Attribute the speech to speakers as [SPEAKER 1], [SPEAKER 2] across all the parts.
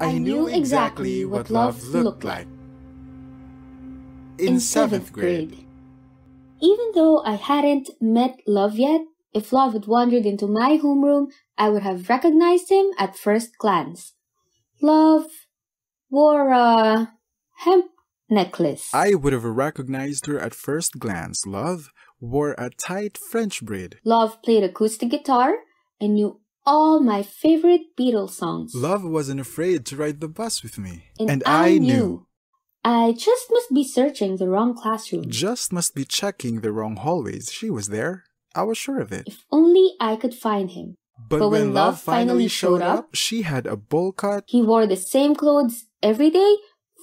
[SPEAKER 1] I knew exactly what love looked like. In seventh grade,
[SPEAKER 2] Even though I hadn't met Love yet, if Love had wandered into my homeroom, I would have recognized him at first glance. Love wore a hemp necklace.
[SPEAKER 1] I would have recognized her at first glance. Love wore a tight French braid.
[SPEAKER 2] Love played acoustic guitar and knew all my favorite Beatles songs.
[SPEAKER 1] Love wasn't afraid to ride the bus with me.
[SPEAKER 2] I just must be searching the wrong classroom.
[SPEAKER 1] Just must be checking the wrong hallways. She was there. I was sure of it.
[SPEAKER 2] If only I could find him.
[SPEAKER 1] But,
[SPEAKER 2] But
[SPEAKER 1] when,
[SPEAKER 2] when
[SPEAKER 1] love
[SPEAKER 2] love
[SPEAKER 1] finally
[SPEAKER 2] finally
[SPEAKER 1] showed
[SPEAKER 2] showed
[SPEAKER 1] up, she had a bowl cut.
[SPEAKER 2] He wore the same clothes every day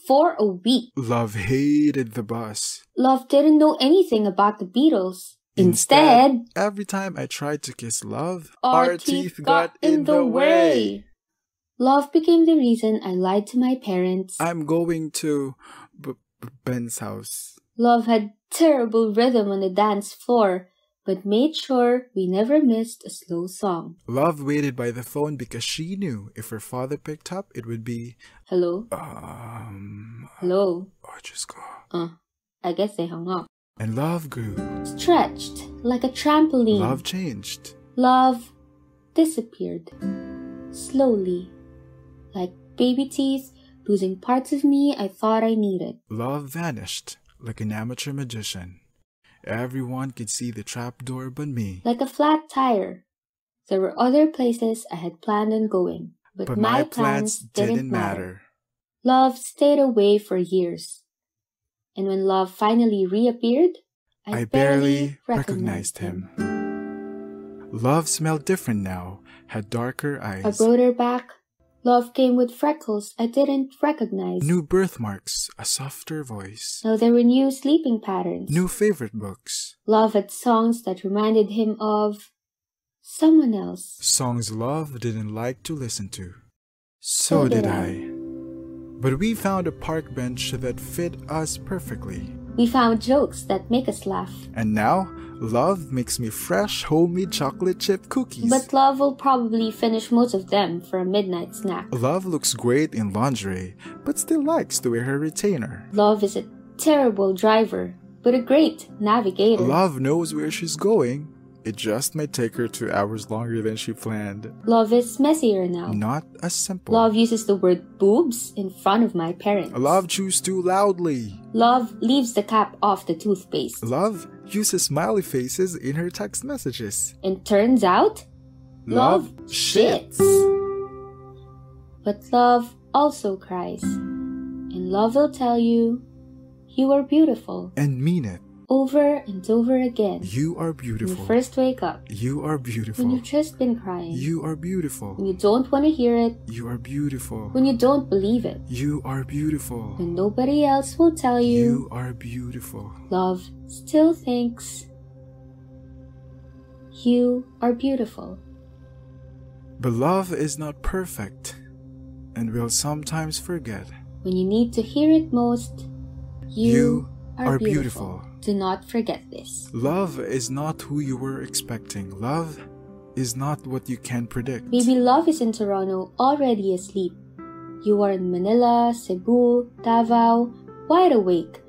[SPEAKER 2] for a week.
[SPEAKER 1] Love hated the bus.
[SPEAKER 2] Love didn't know anything about the Beatles. Instead,
[SPEAKER 1] every time I tried to kiss love,
[SPEAKER 2] our teeth got in the way. Love became the reason I lied to my parents.
[SPEAKER 1] I'm going to B- B- Ben's house.
[SPEAKER 2] Love had terrible rhythm on the dance floor, but made sure we never missed a slow song.
[SPEAKER 1] Love waited by the phone because she knew if her father picked up, it would be,
[SPEAKER 2] Hello?
[SPEAKER 1] um,
[SPEAKER 2] Hello?
[SPEAKER 1] oh, just go.
[SPEAKER 2] Uh, I guess they hung up.
[SPEAKER 1] And love grew.
[SPEAKER 2] Stretched like a trampoline.
[SPEAKER 1] Love changed.
[SPEAKER 2] Love disappeared slowly, like baby teeth losing parts of me I thought I needed.
[SPEAKER 1] Love vanished like an amateur magician. Everyone could see the trapdoor but me.
[SPEAKER 2] Like a flat tire. There were other places I had planned on going, but,
[SPEAKER 1] But
[SPEAKER 2] my,
[SPEAKER 1] my plans didn't matter.
[SPEAKER 2] Love stayed away for years. And when love finally reappeared, I,
[SPEAKER 1] I barely recognized him. Love smelled different now, had darker
[SPEAKER 2] A
[SPEAKER 1] eyes,
[SPEAKER 2] broader back. Love came with freckles I didn't recognize.
[SPEAKER 1] new birthmarks, a softer voice,
[SPEAKER 2] Now there were new sleeping patterns.
[SPEAKER 1] new favorite books,
[SPEAKER 2] Love had songs that reminded him of someone else.
[SPEAKER 1] songs love didn't like to listen to. So did I. But we found a park bench that fit us perfectly.
[SPEAKER 2] We found jokes that make us laugh.
[SPEAKER 1] And now, love makes me fresh homemade chocolate chip cookies.
[SPEAKER 2] But Love will probably finish most of them for a midnight snack.
[SPEAKER 1] Love looks great in lingerie, but still likes to wear her retainer.
[SPEAKER 2] Love is a terrible driver, but a great navigator.
[SPEAKER 1] Love knows where she's going. It just might take her two hours longer than she planned.
[SPEAKER 2] Love is messier now.
[SPEAKER 1] Not as simple.
[SPEAKER 2] Love uses the word boobs in front of my parents.
[SPEAKER 1] Love chews too loudly.
[SPEAKER 2] Love leaves the cap off the toothpaste.
[SPEAKER 1] Love uses smiley faces in her text messages.
[SPEAKER 2] And turns out, Love shits. But love also cries. And love will tell you, you are beautiful,
[SPEAKER 1] And mean it.
[SPEAKER 2] over and over again.
[SPEAKER 1] You are
[SPEAKER 2] When you
[SPEAKER 1] beautiful.
[SPEAKER 2] first wake up,
[SPEAKER 1] You are
[SPEAKER 2] when
[SPEAKER 1] beautiful.
[SPEAKER 2] you've just been crying,
[SPEAKER 1] You are beautiful.
[SPEAKER 2] when you don't want to hear it,
[SPEAKER 1] You are beautiful.
[SPEAKER 2] when you don't believe it,
[SPEAKER 1] You are beautiful.
[SPEAKER 2] when nobody else will tell you,
[SPEAKER 1] You are beautiful.
[SPEAKER 2] love still thinks you are beautiful.
[SPEAKER 1] But love is not perfect and will sometimes forget.
[SPEAKER 2] When you need to hear it most, you,
[SPEAKER 1] You
[SPEAKER 2] are,
[SPEAKER 1] are
[SPEAKER 2] beautiful.
[SPEAKER 1] beautiful.
[SPEAKER 2] Do not forget this.
[SPEAKER 1] Love is not who you were expecting. Love is not what you can predict.
[SPEAKER 2] Maybe love is in Toronto already asleep. You are in Manila, Cebu, Davao, wide awake.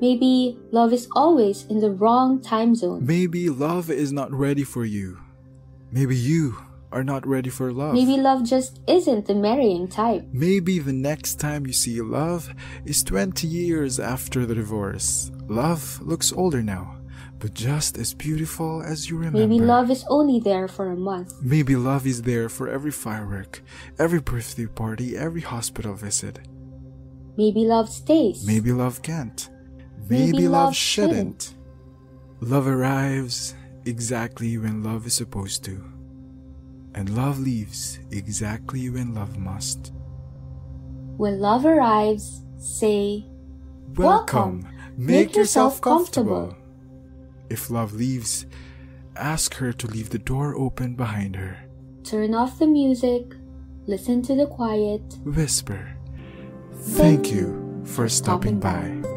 [SPEAKER 2] Maybe love is always in the wrong time zone.
[SPEAKER 1] Maybe love is not ready for you. Maybe you are not ready for love.
[SPEAKER 2] Maybe love just isn't the marrying type.
[SPEAKER 1] Maybe the next time you see love is 20 years after the divorce. Love looks older now, but just as beautiful as you remember.
[SPEAKER 2] Maybe love is only there for a month.
[SPEAKER 1] Maybe love is there for every firework, every birthday party, every hospital visit.
[SPEAKER 2] Maybe love stays.
[SPEAKER 1] Maybe love can't. Maybe,
[SPEAKER 2] Maybe
[SPEAKER 1] love,
[SPEAKER 2] love
[SPEAKER 1] shouldn't.
[SPEAKER 2] shouldn't.
[SPEAKER 1] Love arrives exactly when love is supposed to. And love leaves exactly when love must.
[SPEAKER 2] When love arrives, say, Welcome.
[SPEAKER 1] Make,
[SPEAKER 2] Make
[SPEAKER 1] yourself
[SPEAKER 2] yourself
[SPEAKER 1] comfortable.
[SPEAKER 2] comfortable.
[SPEAKER 1] If love leaves, ask her to leave the door open behind her.
[SPEAKER 2] turn off the music, listen to the quiet.
[SPEAKER 1] Whisper,
[SPEAKER 2] Thank
[SPEAKER 1] Thank you for stopping
[SPEAKER 2] stopping by."
[SPEAKER 1] by.